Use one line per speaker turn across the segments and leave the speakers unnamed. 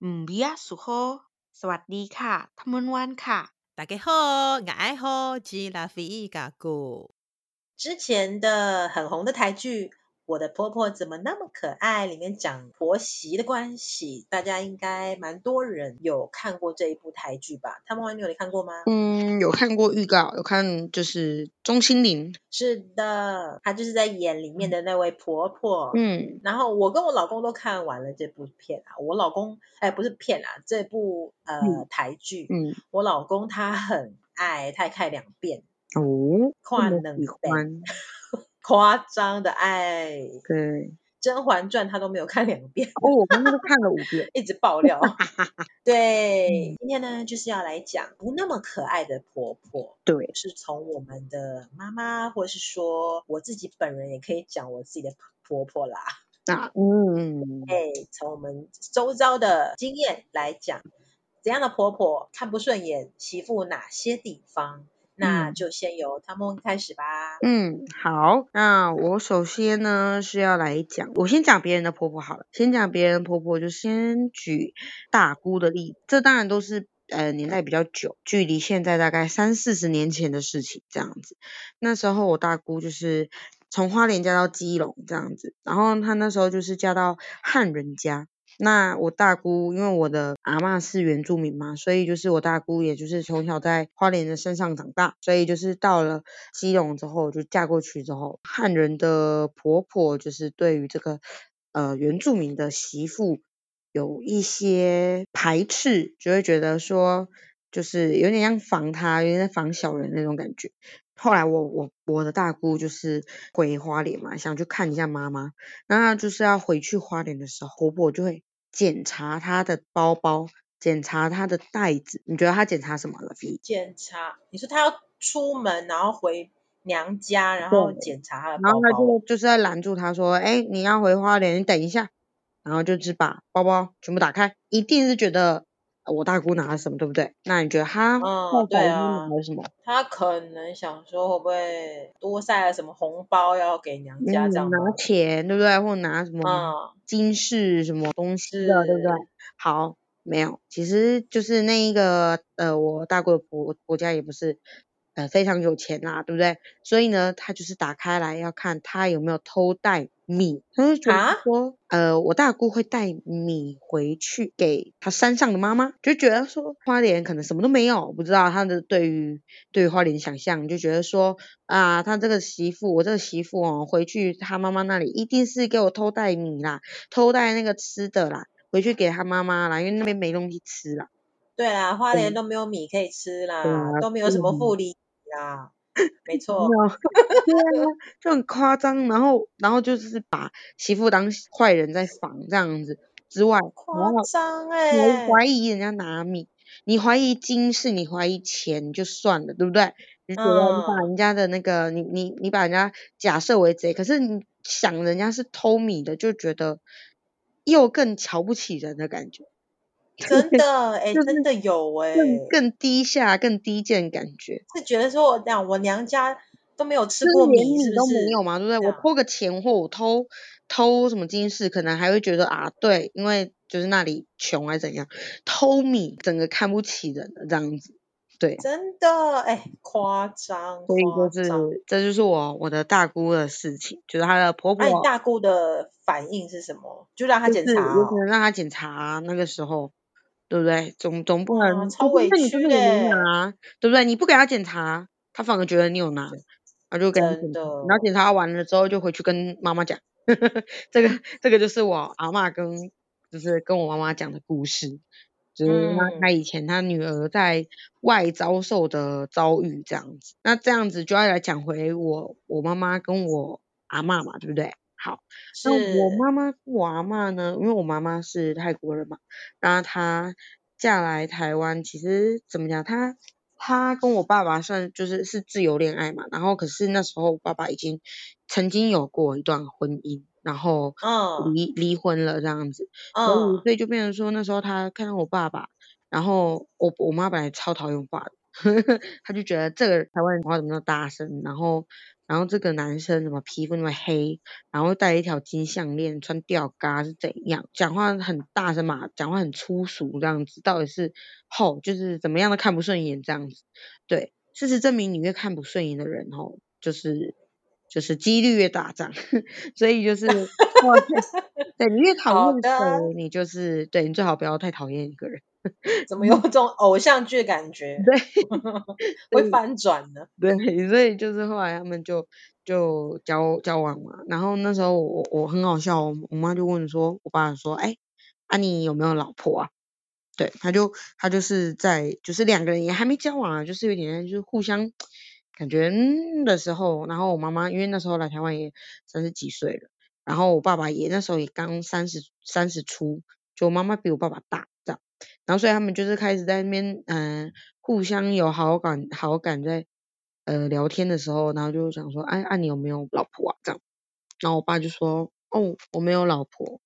嗯，比亚苏吼，สวัสดีค่ะทำมนวันค่ะ。
大家好，我爱好吉拉菲嘎古。
之前的很红的台剧《我的婆婆怎么那么可爱》里面讲婆媳的关系，大家应该蛮多人有看过这一部台剧吧？他们完你有看过吗？
嗯，有看过预告，有看就是钟欣凌，
是的，她就是在演里面的那位婆婆。
嗯，
然后我跟我老公都看完了这部片啊，我老公哎不是片啊，这部呃、
嗯
台剧，
嗯，
我老公他很爱，他也看两遍，
哦，
跨
这么
能
喜
背
欢，
夸张的爱，《
对，
甄嬛传》他都没有看两遍，
哦，我刚刚都看了五遍，
一直爆 料。对，
嗯
今天呢就是要来讲不那么可爱的婆婆，
对，
是从我们的妈妈，或者是说我自己本人也可以讲我自己的婆婆啦。
那嗯，
哎，从我们周遭的经验来讲，怎样的婆婆看不顺眼媳妇哪些地方，那
嗯
就先由他们开始吧。
嗯，好，那我首先呢是要来讲，我先讲别人的婆婆好了，先讲别人的婆婆，就先举大姑的例子，这当然都是呃年代比较久，距离现在大概三四十年前的事情这样子。那时候我大姑就是从花莲嫁到基隆这样子，然后她那时候就是嫁到汉人家。那我大姑，因为我的阿嬷是原住民嘛，所以就是我大姑，也就是从小在花莲的山上长大，所以就是到了基隆之后，就嫁过去之后，汉人的婆婆就是对于这个呃原住民的媳妇有一些排斥，就会觉得说就是有点像防她，有点在防小人那种感觉。后来我我我的大姑就是回花莲嘛，想去看一下妈妈，那她就是要回去花莲的时候，婆婆就会检查她的包包，检查她的袋子。你觉得她检查什么了？V？
检查，你说她要出门，然后回娘家，然后
对
检查她的
然
包
后他
包哦，
就就是在拦住他说：“哎，你要回花莲，你等一下。”然后就是把包包全部打开，一定是觉得呃我大姑拿了什么，对不对？那你觉得她后
嗯，
来
对
又拿
啊，
了什么？
她可能想说会不会多塞了什么红包要给娘家这样
嗯，拿
吗？
钱，对不对？或拿什么
嗯，
金饰什么东西
是，
的，对不对？好，没有，其实就是那一个呃，我大姑的婆婆家也不是呃非常有钱啦，对不对？所以呢，她就是打开来要看她有没有偷带米，她就觉得
啊
说，呃，我大姑会带米回去给她山上的妈妈，就觉得说花莲可能什么都没有，不知道她的对于对于花莲想象，就觉得说啊，她这个媳妇，我这个媳妇哦，回去她妈妈那里一定是给我偷带米啦，偷带那个吃的啦。回去给他妈妈啦，因为那边没东西吃啦。
对啦，花
对
莲都没有米可以
对
吃啦，
啊，
都没有什么
嗯
富梨啦，没
没
错，
有，对啊，就很夸张。然后，然后就是把媳妇当坏人在防这样子之外，然
夸
后
张
你
哎、
怀疑人家拿米，你怀疑金饰，你怀疑钱就算了，对不对？你觉得你把
嗯，
人家的那个，你你你把人家假设为贼，可是你想人家是偷米的，就觉得又更瞧不起人的感觉，
真的哎、
就是
真的有哎、
更更低下、更低贱的感觉。
是觉得说我讲我娘家都没有吃
就是
过
连
米，是
米
不
都没
是？
有嘛，对不对？
这
我
样
偷个钱或我偷偷什么金饰，可能还会觉得啊，对，因为就是那里穷还是怎样，偷米整个看不起人的这样子，对。
真的哎、夸张
所以
夸
就是
张。
这就是我我的大姑的事情，就是她的婆
那、你
婆
大姑的反应是什么？就让她
就
检
是
查
有可
哦，
能让她检查那个时候，对不对？总总不
哇，
能
哦超
就说
委
那你就
屈
是
的
你没
欸，
拿，啊对不对？你不给她检查，她反而觉得你有拿，然后就给他
真
检
的
查，然后检查完了之后就回去跟妈妈讲，这个这个就是我阿嬷跟就是跟我妈妈讲的故事，就是她她
嗯，
以前她女儿在外遭受的遭遇这样子，那这样子就要来讲回我我妈妈跟我阿嬷嘛，对不对？好，那我
是
妈妈跟我阿嬷呢，因为我妈妈是泰国人嘛，然后她嫁来台湾，其实怎么讲，她她跟我爸爸算就是是自由恋爱嘛，然后可是那时候我爸爸已经曾经有过一段婚姻，然后
嗯
离离婚了这样子，所以
嗯，
所以就变成说那时候她看到我爸爸，然后我我 妈本来超讨厌我爸的，她就觉得这个台湾人讲话怎么那么大声，然后然后这个男生怎么皮肤那么黑，然后戴一条金项链，穿吊嘎是怎样？讲话很大声嘛，讲话很粗俗这样子，到底是吼就是怎么样都看不顺眼这样子。对，事实证明，你越看不顺眼的人吼，就是就是几率越大这样， 所以 就是哇塞对你越讨
好
厌
的
谁，你就是对你最好不要太讨厌一个人。
怎么有种偶像剧的感觉？
嗯 对，
会翻转呢。
对， 所以就是后来他们就就交交往嘛，然后那时候我我我很好笑哦，我妈就问说，我爸说，哎、啊你有没有老婆啊？对，他就他就是在就是两个人也还没交往啊，就是有点就是互相感觉嗯的时候，然后我妈妈因为那时候来台湾也三十几岁了，然后我爸爸也那时候也刚三十三十出，就我妈妈比我爸爸大这样，然后所以他们就是开始在那边嗯、呃互相有好感好感在呃聊天的时候，然后就想说哎啊你有没有老婆啊这样，然后我爸就说哦我没有老婆，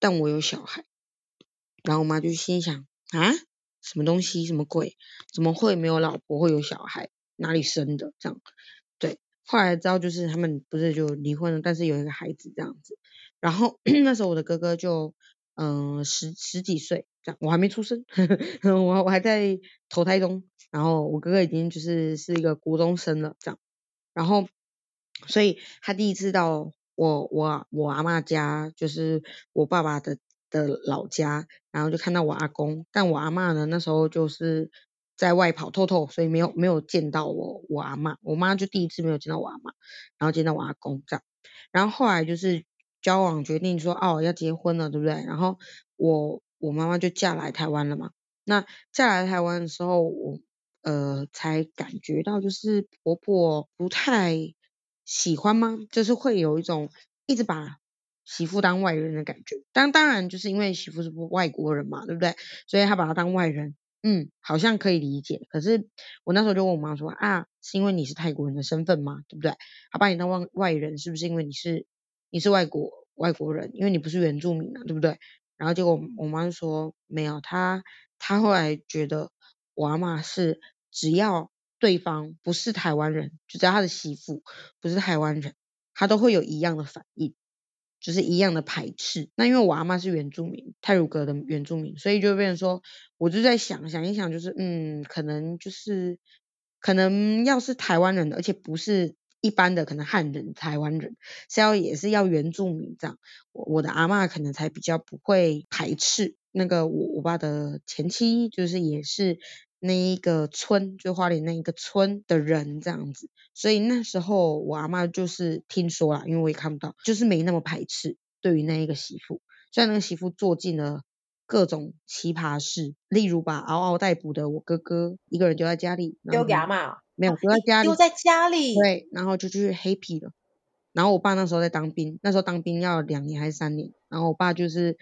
但我有小孩。然后我妈就心想啊，什么东西，什么鬼，怎么会没有老婆，会有小孩，哪里生的这样？对，后来知道就是他们不是就离婚了，但是有一个孩子这样子。然后 那时候我的哥哥就嗯、呃十十几岁这样，我还没出生，嗯我我还在投胎中，然后我哥哥已经就是是一个国中生了这样，然后所以他第一次到我我我阿嬷家，就是我爸爸的的老家，然后就看到我阿公，但我阿嬷呢那时候就是在外跑透透，所以没有没有见到我我阿嬷，我妈就第一次没有见到我阿嬷，然后见到我阿公这样，然后后来就是交往决定说哦要结婚了，对不对？然后我我妈妈就嫁来台湾了嘛，那嫁来台湾的时候，我呃才感觉到就是婆婆不太喜欢吗？就是会有一种一直把媳妇当外人的感觉。当当然就是因为媳妇是不外国人嘛，对不对？所以她把她当外人，嗯，好像可以理解。可是我那时候就问我妈说啊，是因为你是泰国人的身份吗？对不对？她把你当外外人，是不是因为你是你是外国外国人？因为你不是原住民啊，对不对？然后结果我我妈就说没有，她她后来觉得我阿嬷是只要对方不是台湾人，就只要他的媳妇不是台湾人，她都会有一样的反应，就是一样的排斥。那因为我阿嬷是原住民，泰鲁格的原住民，所以就变成说，我就在想想一想，就是嗯，可能就是可能要是台湾人，而且不是。一般的可能汉人、台湾人是要也是要原住民这样，我我的阿嬷可能才比较不会排斥那个我我爸的前妻，就是也是那一个村，就花莲那一个村的人这样子，所以那时候我阿嬷就是听说啦，因为我也看不到，就是没那么排斥对于那一个媳妇，虽然那个媳妇做尽了。各种奇葩事，例如把嗷嗷待哺的我哥哥一个人丢在家里，然
丢
后
给阿嬷哦，
嗯没有
啊
丢在
你
家里
丢，在家里，
对，然后就去黑皮了。然后我爸那时候在当兵，那时候当兵要两年还是三年。然后我爸就是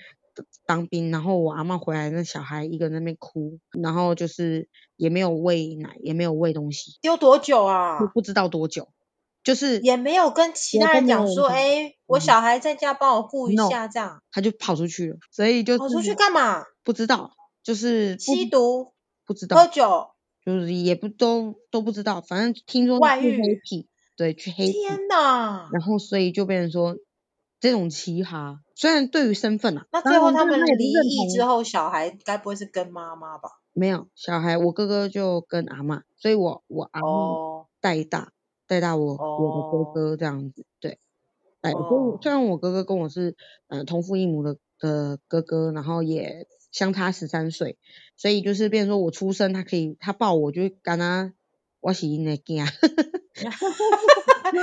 当兵，然后我阿嬷回来，那小孩一个人在那边哭，然后就是也没有喂奶，也没有喂东西，
丢多久啊？
就不知道多久，就是
也没有跟其
也都
他人
没有
讲
人
说，
讲
哎、我
嗯
小孩在家帮我顾一
No
下这样。
他就跑出去了，所以就
跑出
是
去干嘛？
不知道，就是不
吸毒、
不知
喝
道，
酒？
就是也不都都不知道，反正听说
外
去黑
遇
皮，对，去黑皮。
天哪！
然后所以就变成说这种奇葩，虽然对于身份啊，
那
当
最后
然
他
就是
们
也不
离
认
异之
同
后，小孩该不会是跟妈妈吧？
没有小孩，我哥哥就跟阿嬷，所以我我阿嬷
哦
带大带大我我的哥
哦
哥这样子，对，哎，所以
哦
虽然我哥哥跟我是呃同父异母的的哥哥，然后也相差十三岁，所以就是变成说我出生他可以他抱我就跟他我是因的囝。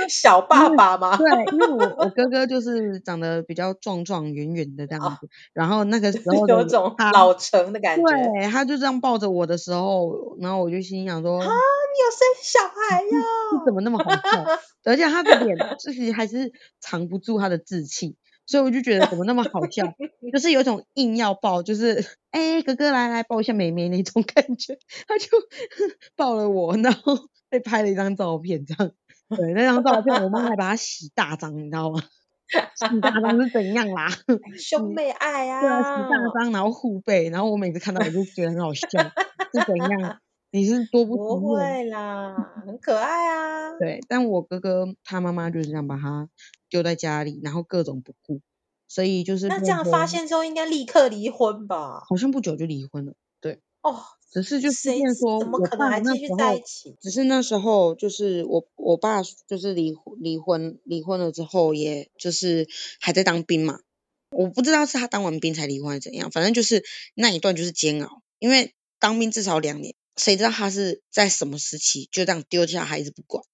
小爸
为
爸吗？
对，因为我我哥哥就是长得比较壮壮圆圆的这样
哦
子，然后那个时候的
有
我
种
他，
老成的感觉。你
对，他就这样抱着我的时候，然后我就心想说，
有生小孩哟、
这怎么那么 好笑？而且他的脸就是还是藏不住他的稚气，所以我就觉得怎么那么好笑，就是有一种硬要抱，就是哎、哥哥来来抱一下妹妹那种感觉，他就 抱了我，然后被拍了一张照片，这样。对，那张照片我妈还把它洗大张，你知道吗？洗大张是怎样啦？
兄妹爱
嗯对啊，洗大
啊！
张，然后护背，然后我每次看到我就觉得很好笑，是怎样？你是多不
不
服我
会啦，很可爱啊。
对，但我哥哥他妈妈就是这样把他丢在家里，然后各种不顾，所以就是
那
婆
这样发
婆
现之后，应该立刻离婚吧？
好像不久就离婚了。
哦，
只是就是
谁
变说，
怎么
我
可能
爸
还
那
继
时
续在
候
一起？
只是那时候就是我我爸就是离婚离婚离婚了之后，也就是还在当兵嘛。我不知道是他当完兵才离婚还是怎样，反正就是那一段就是煎熬，因为当兵至少两年，谁知道他是在什么时期就这样丢下孩子不管？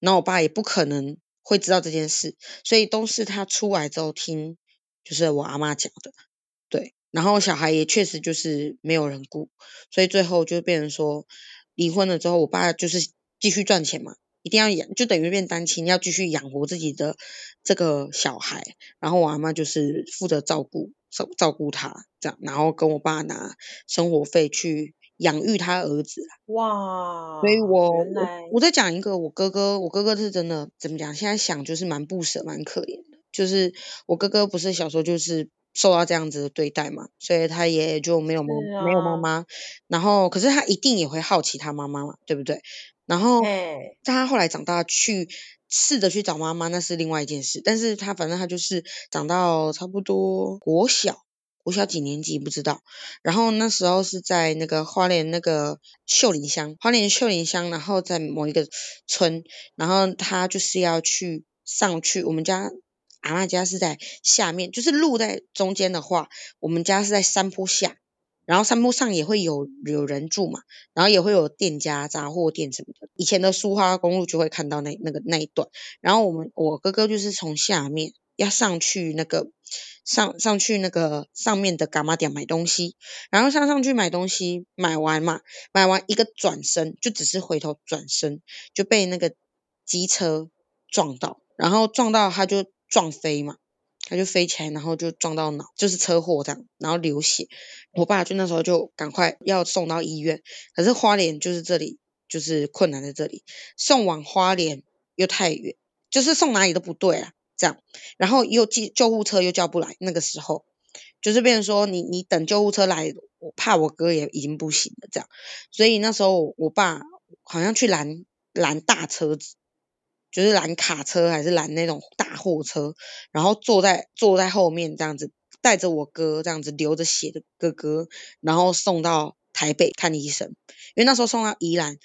然后我爸也不可能会知道这件事，所以都是他出来之后听，就是我阿妈讲的，对。然后小孩也确实就是没有人顾，所以最后就变成说，离婚了之后，我爸就是继续赚钱嘛，一定要养，就等于变单亲，要继续养活自己的这个小孩。然后我阿妈就是负责照顾照照顾他这样，然后跟我爸拿生活费去养育他儿子啊。
哇，
所以我
原
我
来
我再讲一个我哥哥，我哥哥是真的怎么讲？现在想就是蛮不舍，蛮可怜的。就是我哥哥不是小时候就是受到这样子的对待嘛，所以他也就没有妈、
是
没有妈
啊
妈。然后可是他一定也会好奇他妈妈嘛，对不对？然后
嘿，
但他后来长大去试着去找妈妈，那是另外一件事。但是他反正他就是长到差不多国小，国小几年级不知道。然后那时候是在那个花莲那个秀林乡，花莲秀林乡，然后在某一个村，然后他就是要去上去我们家。阿妈家是在下面，就是路在中间的话，我们家是在山坡下，然后山坡上也会有有人住嘛，然后也会有店家、杂货店什么的。以前的苏花公路就会看到那那个那一段。然后我们我哥哥就是从下面要上去那个上上去那个上面的伽马店买东西，然后上上去买东西，买完嘛，买完一个转身就只是回头转身就被那个机车撞到，然后撞到他就撞飞嘛。他就飞起来，然后就撞到脑，就是车祸这样，然后流血。我爸就那时候就赶快要送到医院，可是花莲就是这里，就是困难在这里，送往花莲又太远，就是送哪里都不对啊，这样，然后又救救护车又叫不来，那个时候就是变成说你你等救护车来，我怕我哥也已经不行了这样，所以那时候我爸好像去拦拦大车子。就是拦卡车还是拦那种大货车，然后坐在坐在后面这样子，带着我哥这样子流着血的哥哥，然后送到台北看医生，因为那时候送到宜兰，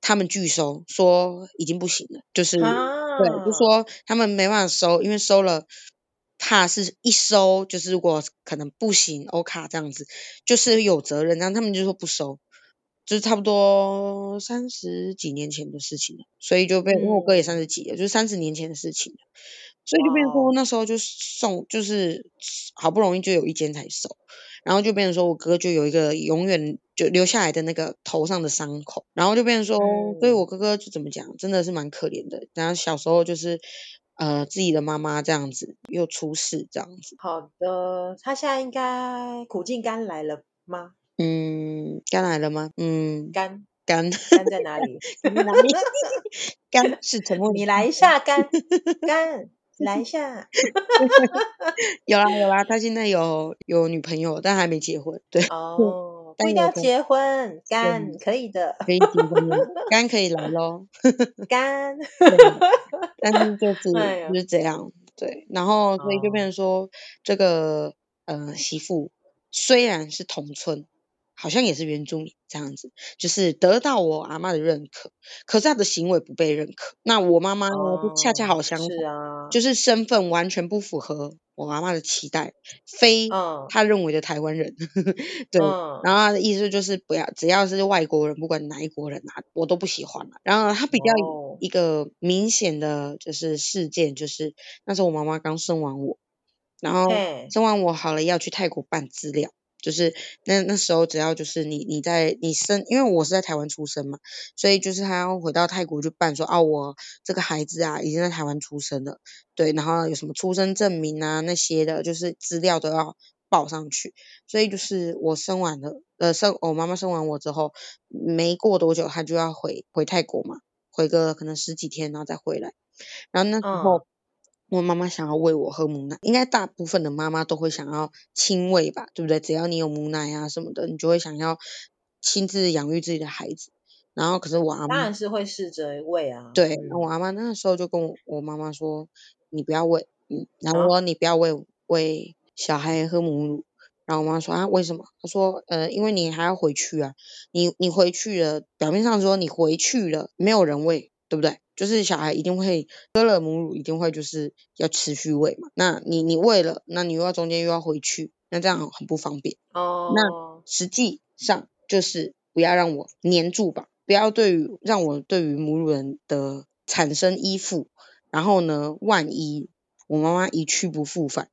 他们拒收，说已经不行了，就是对，就
啊，
说他们没办法收，因为收了。怕是一收就是如果可能不行，欧卡这样子，就是有责任，然后他们就说不收，就是差不多三十几年前的事情了，所以就被因为我哥也三十几了，就是三十年前的事情了，所以就变成
哇
说
哦，
那时候就送，就是好不容易就有一间才收，然后就变成说我哥就有一个永远就留下来的那个头上的伤口，然后就变成说，所以我
嗯，
哥哥就怎么讲，真的是蛮可怜的，然后小时候就是呃自己的妈妈这样子又出事这样子，
好的，他现在应该苦尽甘来了吗？
嗯，干来了吗？嗯，
甘
干
甘在哪里？
你哪里？ 干是沉默的
你来
地
一下甘甘，来一下
有啦有啦，他现在有有女朋友，但还没结婚。对，
哦，不
但
一定
有
要
跟
结婚，
对
甘可以的，
可以结婚了，刚可以来咯。
甘，
对，但是就是
哎呀，
就是这样，对。然后所以就变
哦，
成说，这个呃媳妇虽然是同村，好像也是原住民这样子，就是得到我阿妈的认可，可是她的行为不被认可。那我妈妈呢，就恰恰
哦，
好相
是
反，
啊，
就是身份完全不符合我阿妈的期待，非
嗯
她认为的台湾人，对。
嗯，
然后他的意思就是不要，只要是外国人，不管哪一国人啊，我都不喜欢啊。然后他比较有
哦，
一个明显的就是事件，就是那时候我妈妈刚生完我，然后
嘿，
生完我好了要去泰国办资料，就是那那时候只要就是你你在你生，因为我是在台湾出生嘛，所以就是他要回到泰国去办说啊我这个孩子啊已经在台湾出生了，对，然后有什么出生证明啊那些的，就是资料都要报上去。所以就是我生完了，呃，生我妈妈生完我之后，没过多久她就要回回泰国嘛，回个可能十几天，然后再回来。然后那时
嗯，
候我妈妈想要喂我喝母奶，应该大部分的妈妈都会想要亲喂吧，对不对？只要你有母奶啊什么的，你就会想要亲自养育自己的孩子。然后可是我阿
当
妈
然是会试着喂啊。
对
嗯，
那我阿妈那时候就跟我我妈妈说，你不要喂，嗯，然后
啊
我说你不要喂喂小孩喝母乳，然后我妈说啊为什么？她说呃因为你还要回去啊，你你回去了，表面上说你回去了，没有人喂，对不对？就是小孩一定会喝了母乳，一定会就是要持续喂嘛。那你你喂了，那你又要中间又要回去，那这样很不方便。
哦，
实际上就是不要让我黏住吧，不要对于让我对于母乳人的产生依附。然后呢，万一我妈妈一去不复返，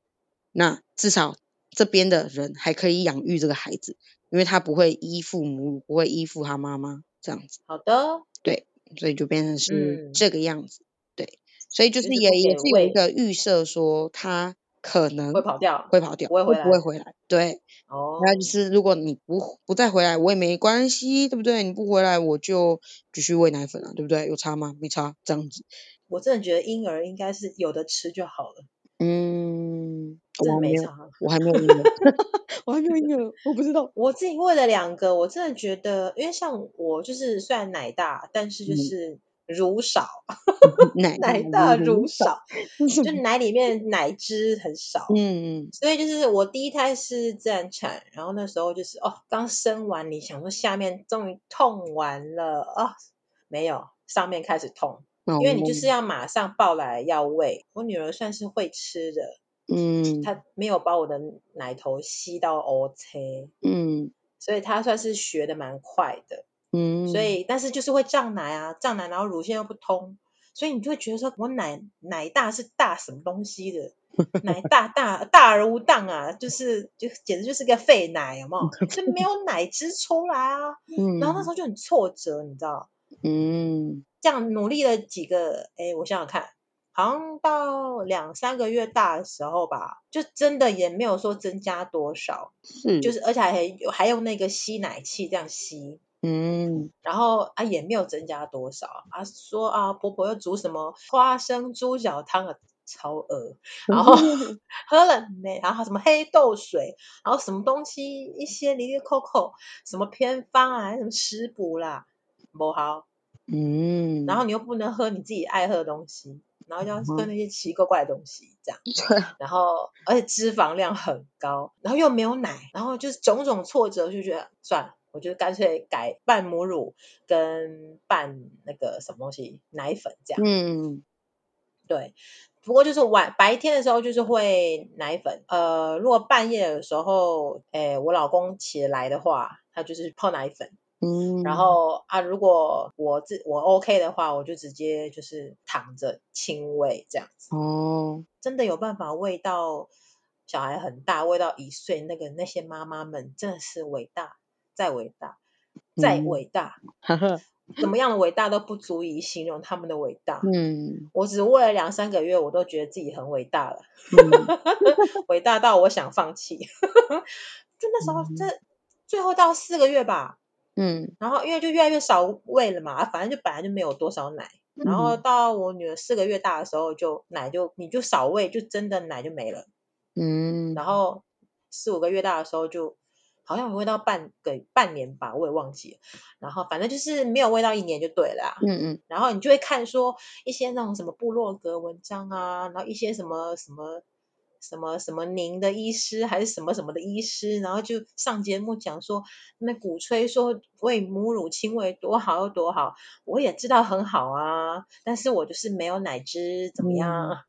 那至少这边的人还可以养育这个孩子，因为他不会依附母乳，不会依附他妈妈这样子，
好的，
所以就变成是
嗯
这个样子。对，所以就是
就是
也
不
也是
给
有一
喂
个预设说他可能
会跑掉。
会跑掉，
不会
会
回
不会
来
回来？对。
哦，
那就是如果你不不再回来，我也没关系，对不对？你不回来，我就继续喂奶粉啊，对不对？有差吗？没差，这样子。
我真的觉得婴儿应该是有的吃就好了，
嗯，我
真的
还没
没
有，
差。
我还没有婴儿， 我还没有婴儿，我不知道。
我自己喂了两个，我真的觉得，因为像我就是虽然奶大，但是就
嗯
是乳少，
奶大
奶大
如
乳
乳少
少，
为什
就
么？
奶里面奶汁很少。
嗯，
所以就是我第一胎是自然产，然后那时候就是哦，刚生完，你想说下面终于痛完了哦，没有，上面开始痛，
哦，
因为你就是要马上抱来要喂。我女儿算是会吃的，
嗯
她没有把我的奶头吸到 OK，
嗯
所以她算是学的蛮快的。
嗯，
所以但是就是会胀奶啊，胀奶，然后乳腺又不通，所以你就会觉得说我奶奶大是大什么东西的，奶大大大而无当啊，就是就简直就是个废奶，有没有？就没 有奶汁出来啊。然后那时
嗯
候就很挫折，你知道，
嗯
这样努力了几个，哎，我想想看。好像到两三个月大的时候吧，就真的也没有说增加多少，
是，
就是而且还还用那个吸奶器这样吸，
嗯
然后啊也没有增加多少啊，说啊婆婆又煮什么花生猪脚汤啊，超饿，然 后喝了没，然后什么黑豆水，然后什么东西一些里里扣扣，什么偏方啊，还是什么食补啦，不好，
嗯，
然后你又不能喝你自己爱喝的东西，然后就要喝
嗯
那些奇奇怪怪的东西这样。
对，
然后而且脂肪量很高，然后又没有奶，然后就是种种挫折，就觉得算了，我就干脆改半母乳跟半那个什么东西奶粉这样。
嗯
对，不过就是晚白天的时候就是会奶粉，呃，如果半夜的时候，诶，我老公起来的话，他就是泡奶粉。
嗯，
然后啊，如果我自我 OK 的话，我就直接就是躺着亲喂这样子。
哦，
真的有办法喂到小孩很大，喂到一岁，那个那些妈妈们真的是伟大，再伟大，再
嗯
伟大，
哈哈，
怎么样的伟大都不足以形容他们的伟大。
嗯
我只喂了两三个月，我都觉得自己很伟大了，
嗯
伟大到我想放弃。 就那时候，
嗯
这最后到四个月吧，
嗯
然后因为就越来越少喂了嘛，反正就本来就没有多少奶。然后
嗯
到我女儿四个月大的时候就，奶就你就少喂，就真的奶就没了。
嗯，
然后四五个月大的时候就好像有喂到半个半年吧，我也忘记了。然后反正就是没有喂到一年就对了啊、
嗯嗯
然后你就会看说一些那种什么部落格文章啊，然后一些什么什么什么什么宁的医师还是什么什么的医师，然后就上节目讲说那鼓吹说喂母乳亲喂多好有多好，我也知道很好啊，但是我就是没有奶汁怎么样，啊
嗯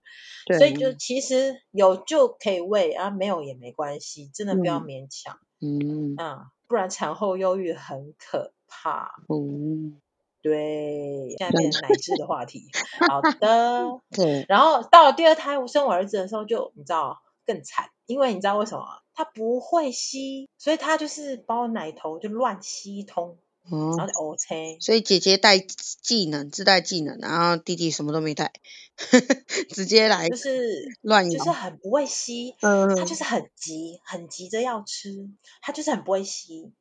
对，
所以就其实有就可以喂啊，没有也没关系，真的不要
嗯
勉强
嗯
啊、不然产后忧郁很可怕。嗯
哦，
对，现在
这样
变成奶汁的话题。好的，
对，
然后到了第二胎我生我儿子的时候就，你知道更惨，因为你知道为什么吗？他不会吸，所以他就是把我奶头就乱吸一通，然
哦，
后就 O k
所以姐姐带技能，自带技能，然后弟弟什么都没带， 直接来
就是
乱
就
咬，
是很不会吸，他就
嗯
是很急，很急着要吃，他就是很不会吸，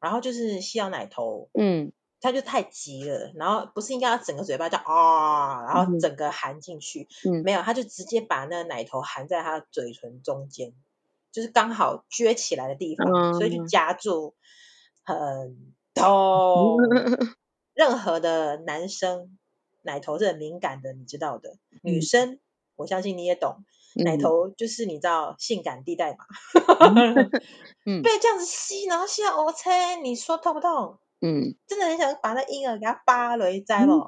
然后就是吸到奶头，
嗯
他就太急了，然后不是应该要整个嘴巴叫啊，然后
嗯
整个含进去，
嗯
没有，他就直接把那个奶头含在他的嘴唇中间，就是刚好撅起来的地方，所以就
嗯，
夹住，很痛。任何的男生奶头是很敏感的，你知道的。女
嗯
生，我相信你也懂，奶
嗯
头就是你知道性感地带嘛，
嗯
被这样子吸，然后吸到 O C，你说痛不痛？
嗯，
真的很想把那婴儿给他扒了一灾咯。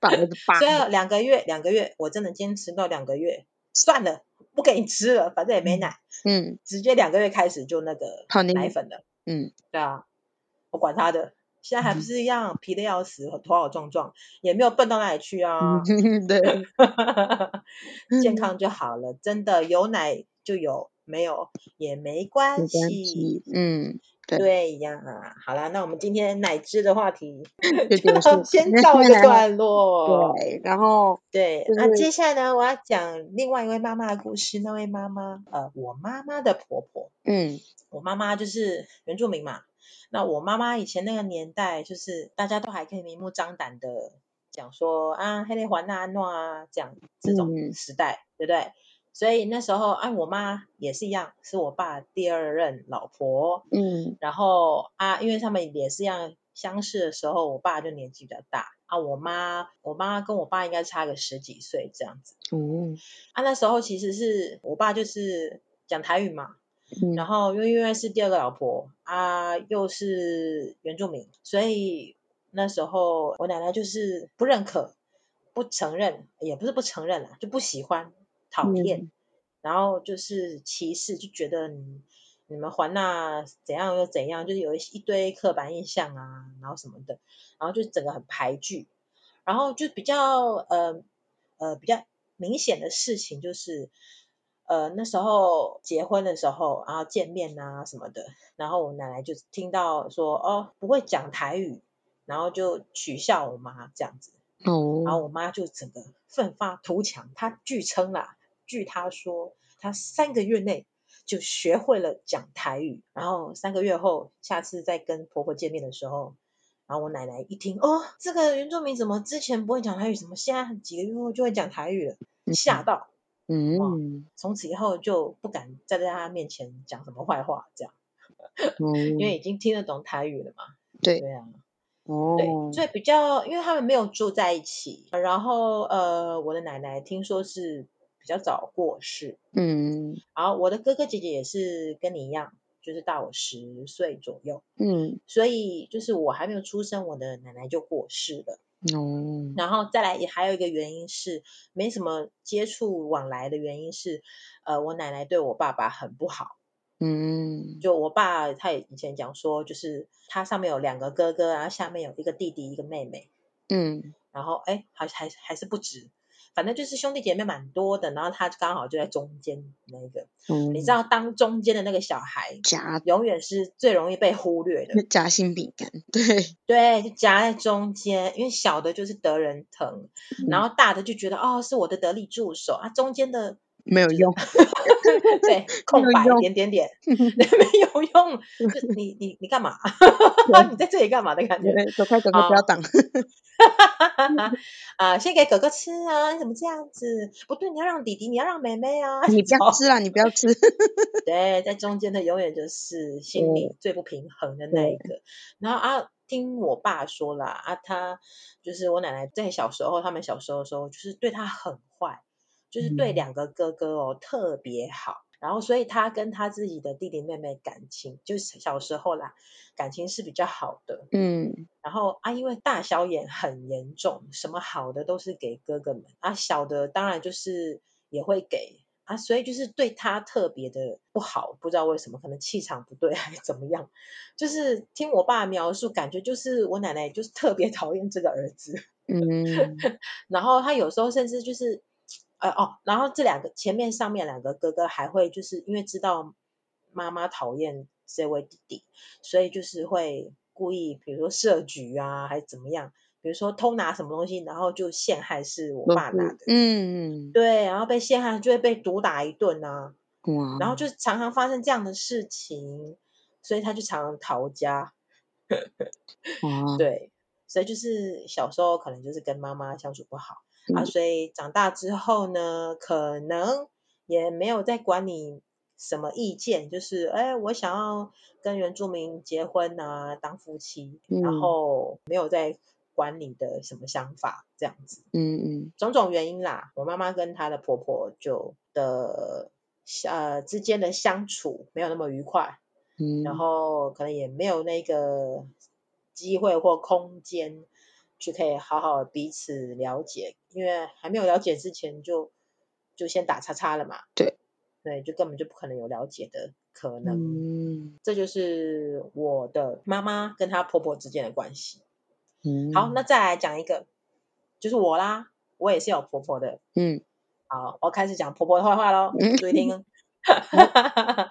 百分之八
所以两个月，两个月，我真的坚持到两个月，算了，不给你吃了，反正也没奶，
嗯
直接两个月开始就那个
泡妞
奶粉了。
嗯
对啊，我管他的，现在还不
嗯
是一样皮的要死，头好壮壮，也没有笨到哪里去啊，
嗯，对，
健
嗯
康就好了，真的有奶就有，没有也没关
没关
系。
系，嗯，对
对呀、啊，好啦，那我们今天奶汁的话题
就结束
就先告一 个段落。
对，然后
对，
就
那、
是
接下来呢，我要讲另外一位妈妈的故事。那位妈妈，呃，我妈妈的婆婆，
嗯
我妈妈就是原住民嘛，那我妈妈以前那个年代，就是大家都还可以明目张胆的讲说啊，黑内环啊、安诺啊这样这种
嗯
时代，对不对？所以那时候，啊，我妈也是一样，是我爸第二任老婆。
嗯
然后啊，因为他们也是一样相识的时候，我爸就年纪比较大啊，我妈我妈跟我爸应该差个十几岁这样子
哦
啊。那时候其实是我爸就是讲台语嘛，
嗯
然后因为因为是第二个老婆啊，又是原住民，所以那时候我奶奶就是不认可、不承认，也不是不承认啦，就不喜欢、讨厌，然后就是歧视，就觉得你你们还那怎样又怎样，就是有一一堆刻板印象啊，然后什么的，然后就整个很排拒，然后就比较呃呃比较明显的事情就是，呃那时候结婚的时候，然后见面啊什么的，然后我奶奶就听到说哦不会讲台语，然后就取笑我妈这样子，然后
哦
我妈就整个奋发图强，她据称啦，据她说，她三个月内就学会了讲台语，然后三个月后，下次再跟婆婆见面的时候，然后我奶奶一听，哦，这个原住民怎么之前不会讲台语，怎么现在几个月后就会讲台语了，吓到，哦
嗯
从此以后就不敢再在她面前讲什么坏话，这样，
哦
因为已经听得懂台语了嘛，
对
对啊。
哦
对，所以比较，因为他们没有住在一起，然后呃，我的奶奶听说是比较早过世，
嗯
然后我的哥哥姐姐也是跟你一样，就是大我十岁左右，
嗯
所以就是我还没有出生，我的奶奶就过世了。
哦
然后再来也还有一个原因是没什么接触往来的原因是，呃，我奶奶对我爸爸很不好。
嗯
就我爸他也以前讲说，就是他上面有两个哥哥，然后下面有一个弟弟，一个妹妹。
嗯
然后哎，好像还是还是不止，反正就是兄弟姐妹蛮多的，然后他刚好就在中间那一个，你
嗯
知道当中间的那个小孩，
哦夹
永远是最容易被忽略的，
夹心饼干，对，
对，就夹在中间，因为小的就是得人疼，然后大的就觉得哦是我的得力助手啊，中间的
没有 用，
对空白
用
点点点，没有用，就你你你干嘛？ 你在这里干嘛的感觉？
对，走快走快，不要
好
挡，
啊，先给哥哥吃啊！你怎么这样子？不对，你要让弟弟，你要让妹妹啊！
你不
这
要
种
吃啦，你不要吃，
对，在中间的永远就是心里最不平衡的那一个。然后啊，听我爸说啦，啊，他就是我奶奶在小时候，他们小时候的时候，就是对他很坏，就是对
嗯
两个哥哥哦特别好。然后，所以他跟他自己的弟弟妹妹感情，就是小时候啦，感情是比较好的。
嗯
然后啊，因为大小眼很严重，什么好的都是给哥哥们啊，小的当然就是也会给啊，所以就是对他特别的不好，不知道为什么，可能气场不对还是怎么样。就是听我爸描述，感觉就是我奶奶就是特别 讨厌这个儿子，
嗯
然后他有时候甚至就是，呃哦，然后这两个前面上面两个哥哥还会就是因为知道妈妈讨厌这位弟弟，所以就是会故意比如说设局啊，还是怎么样，比如说偷拿什么东西，然后就陷害是我
都
爸拿
是
的，
嗯
对，然后被陷害就会被毒打一顿啊，
哇，
然后就常常发生这样的事情，所以他就常常逃家，
哇
对，所以就是小时候可能就是跟妈妈相处不好、啊，
嗯
所以长大之后呢，可能也没有再管你什么意见，就是哎，我想要跟原住民结婚啊，当夫妻，然
嗯
后没有再管你的什么想法这样子。
嗯嗯
种种原因啦，我妈妈跟她的婆婆就的呃之间的相处没有那么愉快，
嗯，
然后可能也没有那个机会或空间去可以好好彼此了解，因为还没有了解之前就就先打叉叉了嘛。
对，
对，就根本就不可能有了解的可能。
嗯
这就是我的妈妈跟她婆婆之间的关系。
嗯，
好，那再来讲一个，就是我啦，我也是有婆婆的。
嗯
好，我开始讲婆婆的坏话喽
嗯，
注意听哦。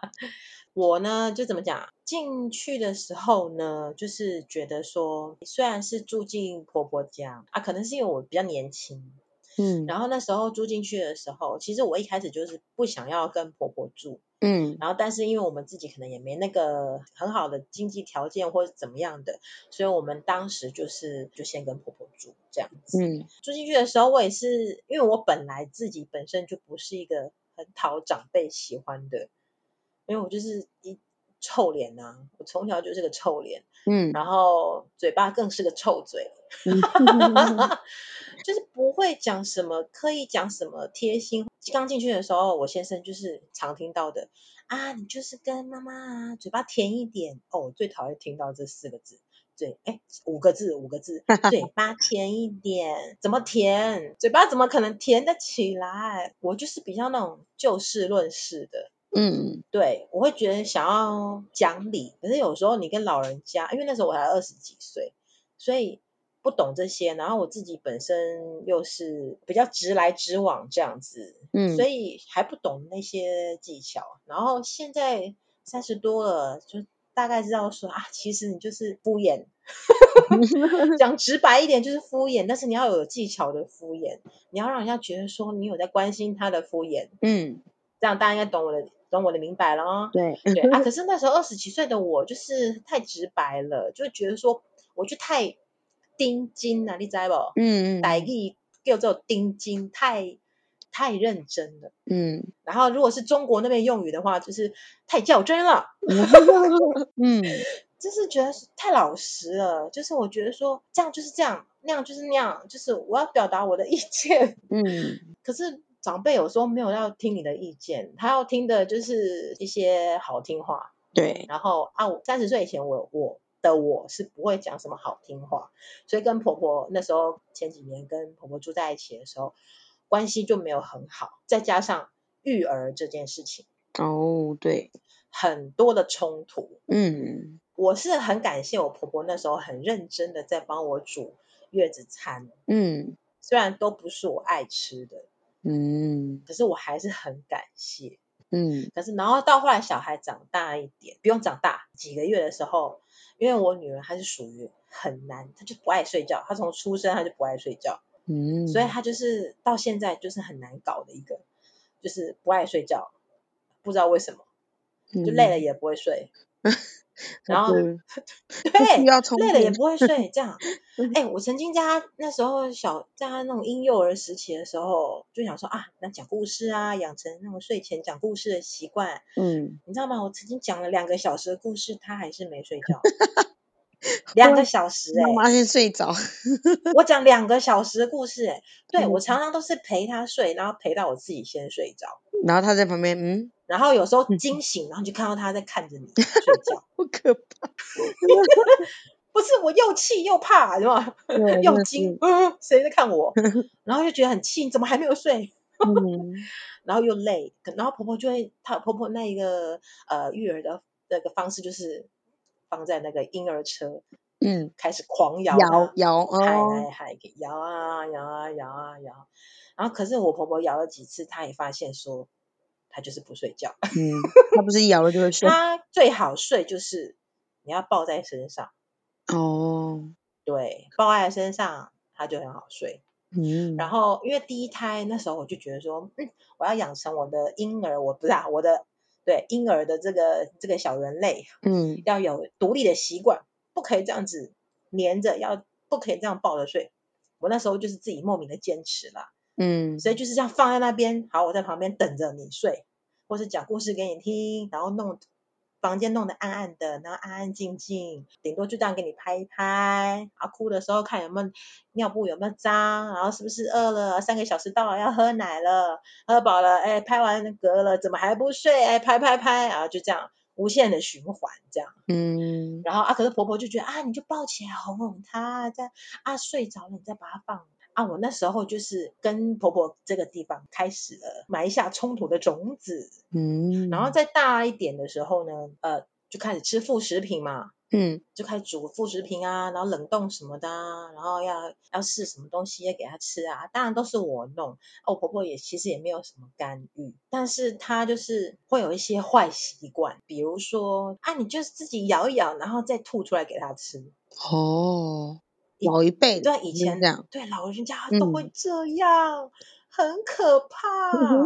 我呢，就怎么讲？啊进去的时候呢，就是觉得说，虽然是住进婆婆家啊，可能是因为我比较年轻，
嗯
然后那时候住进去的时候，其实我一开始就是不想要跟婆婆住，
嗯
然后但是因为我们自己可能也没那个很好的经济条件或者怎么样的，所以我们当时就是就先跟婆婆住这样子。
嗯
住进去的时候，我也是因为我本来自己本身就不是一个很讨长辈喜欢的，因为我就是一臭脸呐、我从小就是个臭脸，
嗯
然后嘴巴更是个臭嘴，
嗯
就是不会讲什么刻意讲什么贴心。刚进去的时候，我先生就是常听到的啊，你就是跟妈妈啊嘴巴甜一点哦，我最讨厌听到这四个字。嘴哎，五个字，五个字，嘴巴甜一点，怎么甜？嘴巴怎么可能甜得起来？我就是比较那种就事论事的，
嗯
对，我会觉得想要讲理，可是有时候你跟老人家，因为那时候我才二十几岁，所以不懂这些，然后我自己本身又是比较直来直往这样子，
嗯
所以还不懂那些技巧。然后现在三十多了，就大概知道说啊，其实你就是敷衍，讲直白一点就是敷衍，但是你要有技巧的敷衍，你要让人家觉得说你有在关心他的敷衍，
嗯，
这样大家应该懂我的，懂我的明白了哦。
对，
对啊，可是那时候二十几岁的我，就是太直白了，就觉得说，我就太钉金了、你知道不？
嗯
歹意叫做钉金，太太认真了。
嗯
然后如果是中国那边用语的话，就是太较真了，
嗯
就是觉得是太老实了。就是我觉得说，这样就是这样，那样就是那样，就是我要表达我的意见，
嗯
可是长辈有时候没有要听你的意见，他要听的就是一些好听话。
对，
然后啊，我三十岁以前我我的我是不会讲什么好听话，所以跟婆婆那时候前几年跟婆婆住在一起的时候，关系就没有很好，再加上育儿这件事情
哦对，
很多的冲突，
嗯
我是很感谢我婆婆那时候很认真的在帮我煮月子餐，
嗯
虽然都不是我爱吃的，
嗯
可是我还是很感谢。
嗯
可是然后到后来小孩长大一点，不用长大几个月的时候，因为我女儿她是属于很难，她就不爱睡觉，她从出生她就不爱睡觉，
嗯，
所以她就是到现在就是很难搞的一个，就是不爱睡觉，不知道为什么，
嗯
就累了也不会睡，然 后
需要充
对，累了也
电
不会睡，这样。哎、我曾经在她那时候小，在她那种婴幼儿时期的时候，就想说啊，那讲故事啊，养成那种睡前讲故事的习惯，
嗯，
你知道吗？我曾经讲了两个小时的故事，他还是没睡 觉。两个小时哎、
妈妈先睡着，
我讲两个小时的故事哎、对我
嗯
常常都是陪他睡，然后陪到我自己先睡着，
然后她在旁边，嗯，
然后有时候惊醒，然后就看到他在看着你睡 觉，
不可 怕，
不是我又气又怕，是吧？又惊，嗯，谁在看 我？然后就觉得很气，你怎么还没有睡？
嗯
然后又累，可然后婆婆就会，她婆婆那一个呃育儿的那个方式就是放在那个婴儿车，
嗯，
开始狂摇
摇
它，
摇
嗨
哦，
嗨嗨，给摇啊摇啊摇啊摇，然后可是我婆婆摇了几次，她也发现说她就是不睡觉，
嗯，她不是摇 了就会睡
她最好睡就是你要抱在身上，
哦，
对，抱在身上她就很好睡，
嗯，
然后因为第一胎那时候我就觉得说，嗯，我要养成我的婴儿，我不是啊，我的对婴儿的这个这个小人类
嗯
要有独立的习惯，不可以这样子黏着，要不可以这样抱着睡。我那时候就是自己莫名的坚持啦，
嗯，
所以就是这样放在那边，好，我在旁边等着你睡，或是讲故事给你听，然后弄房间弄得暗暗的，然后安安静静，顶多就这样给你拍一拍，啊，哭的时候看有没有尿布有没有脏，然后是不是饿了，三个小时到了要喝奶了，喝饱了，哎，拍完嗝了，怎么还不睡？哎，拍拍拍，然后就这样无限的循环这样。
嗯，
然后啊，可是婆婆就觉得啊，你就抱起来哄哄她，这样啊睡着了你再把她放。啊，我那时候就是跟婆婆这个地方开始了埋下冲突的种子。
嗯，
然后再大一点的时候呢，呃，就开始吃副食品嘛，
嗯
就开始煮副食品啊，然后冷冻什么的、啊，然后要要试什么东西也给她吃啊，当然都是我弄。啊、我婆婆也其实也没有什么干预，但是她就是会有一些坏习惯，比如说啊，你就是自己咬一咬，然后再吐出来给她吃。
哦，老一辈
对，以
就是
前
这样，
对老人家都会
嗯
这样，很可怕。啊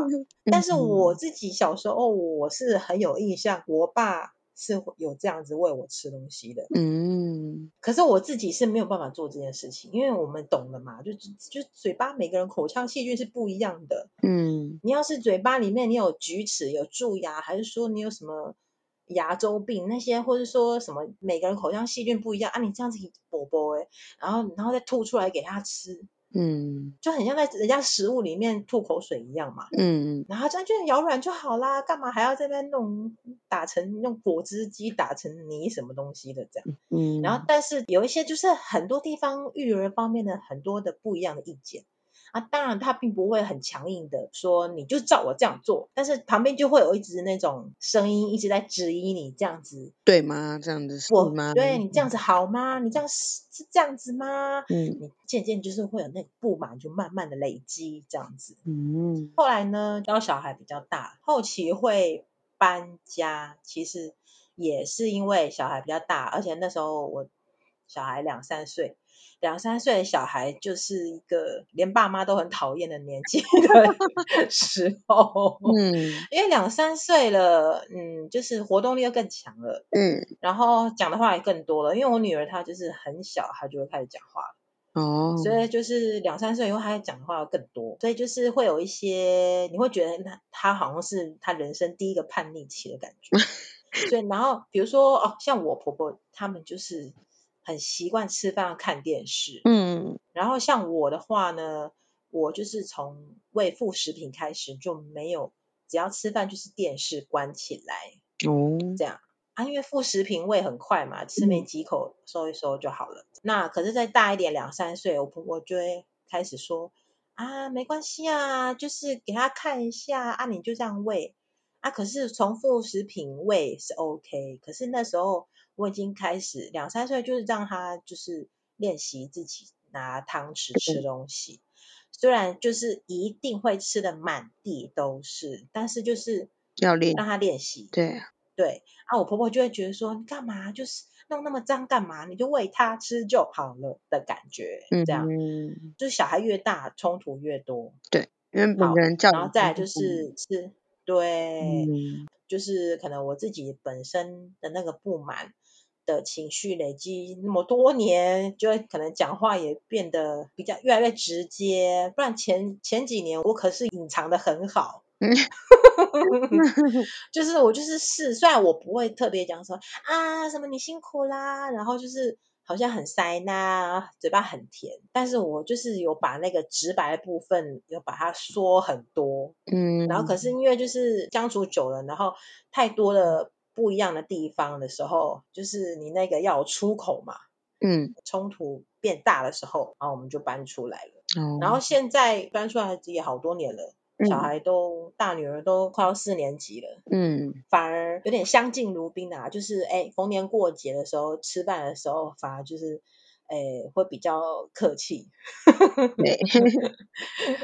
但
嗯
是我自己小时候，我是很有印象，我爸是会有这样子喂我吃东西的。
嗯
可是我自己是没有办法做这件事情，因为我们懂了嘛，就就就嘴巴每个人口腔细菌是不一样的。
嗯
你要是嘴巴里面你有龋齿、有蛀牙，还是说你有什么牙周病那些，或者说什么每个人口腔细菌不一样啊，你这样子啵啵哎，然后然后再吐出来给他吃，
嗯
就很像在人家食物里面吐口水一样嘛。
嗯
然后这样就咬软就好啦，干嘛还要在那边弄打成用果汁机打成泥什么东西的这样？
嗯，
然后但是有一些就是很多地方育儿方面的很多的不一样的意见啊，当然他并不会很强硬的说你就照我这样做，但是旁边就会有一直那种声音一直在质疑你这样子，
对吗？这样子是
我
吗？
对你这样子好吗？你这样是是这样子吗？
嗯
你渐渐就是会有那个不满，就慢慢的累积这样子。
嗯
后来呢，到小孩比较大，后期会搬家，其实也是因为小孩比较大，而且那时候我小孩两三岁，两三岁的小孩就是一个连爸妈都很讨厌的年纪的 时候，
嗯
因为两三岁了，嗯，就是活动力又更强了。
嗯，
然后讲的话也更多了，因为我女儿她就是很小，她就会开始讲话了，
哦，
所以就是两三岁以后，她讲的话要更多，所以就是会有一些你会觉得她她好像是她人生第一个叛逆期的感觉，所以然后比如说哦，像我婆婆他们就是很习惯吃饭要看电视，
嗯
然后像我的话呢，我就是从喂副食品开始就没有，只要吃饭就是电视关起来，
哦，
啊，因为副食品胃很快嘛，吃没
嗯
几口收一收就好了。那可是再大一点，两三岁，我婆婆就会开始说啊，没关系啊，就是给他看一下啊，你就这样喂啊。可是从副食品喂是 OK，可是那时候我已经开始两三岁，就是让他就是练习自己拿汤匙吃东西。虽然就是一定会吃的满地都是，但是就是
要练
让他练习，
对，
对啊，我婆婆就会觉得说，你干嘛就是弄那么脏干嘛？你就喂它吃就好了的感觉，
嗯
这样
嗯，
就是小孩越大冲突越多。
因为每
好
个人教
然后
养
再
方
来
式
就
不一样
是哎是，对，
嗯
就是可能我自己本身的那个不满的情绪累积那么多年，就会可能讲话也变得比较越来越直接。不然前前几年我可是隐藏的很好，
嗯
就是我就是是，虽然我不会特别讲说啊什么你辛苦啦，然后就是好像很塞呐，嘴巴很甜，但是我就是有把那个直白的部分有把它说很多，
嗯，
然后可是因为就是相处久了，然后太多的不一样的地方的时候，就是你那个要有出口嘛，
嗯
冲突变大的时候，然后我们就搬出来了。
哦，
然后现在搬出来也好多年了，小孩都大女儿都快要四年级了，
嗯嗯
反而有点相敬如宾啊，就是哎，逢年过节的时候吃饭的时候，反而就是哎会比较客气，
嗯 对，都是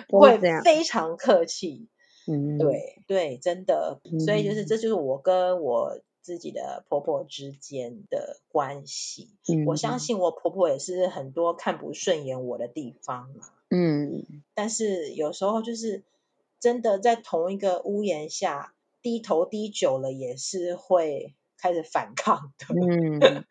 会
这样，
非常客气，
嗯
对对，真的，所以就是这就是我跟我自己的婆婆之间的关系。
嗯，
我相信我婆婆也是很多看不顺眼我的地方啦，
嗯
但是有时候就是真的在同一个屋檐下低头低久了，也是会开始反抗的。
嗯，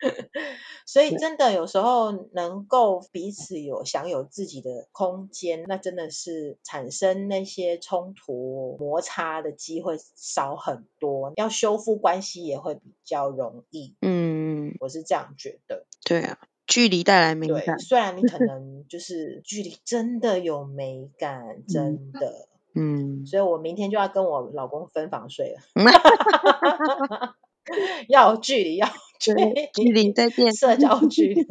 所以真的有时候能够彼此有享有自己的空间，那真的是产生那些冲突摩擦的机会少很多，要修复关系也会比较容易。
嗯，
我是这样觉得，
对啊，距离带来美
对
感，，
虽然你可能就是距离真的有美感，真的，
嗯，
所以我明天就要跟我老公分房睡了， 要有距离，要有距
对，距离
离，
再见，
社交距离。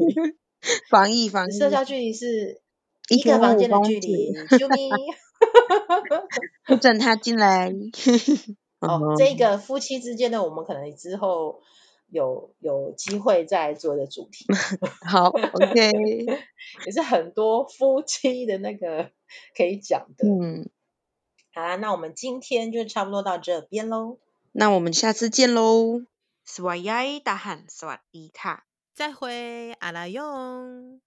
防疫防疫，
社交距离是
嗯一
一个
点
房
五
间的
公
距
尺
离，啾咪。
不准他进来。 嗯
哦，这个夫妻之间的，我们可能之后有有机会再做的主题，
哦好，OK，
也是很多夫妻的那个可以讲的。
嗯，
好啦，那我们今天就差不多到这边喽，
那我们下次见喽，
สวัสดีค่ะสวัสดีค่ะ
再会，阿拉用。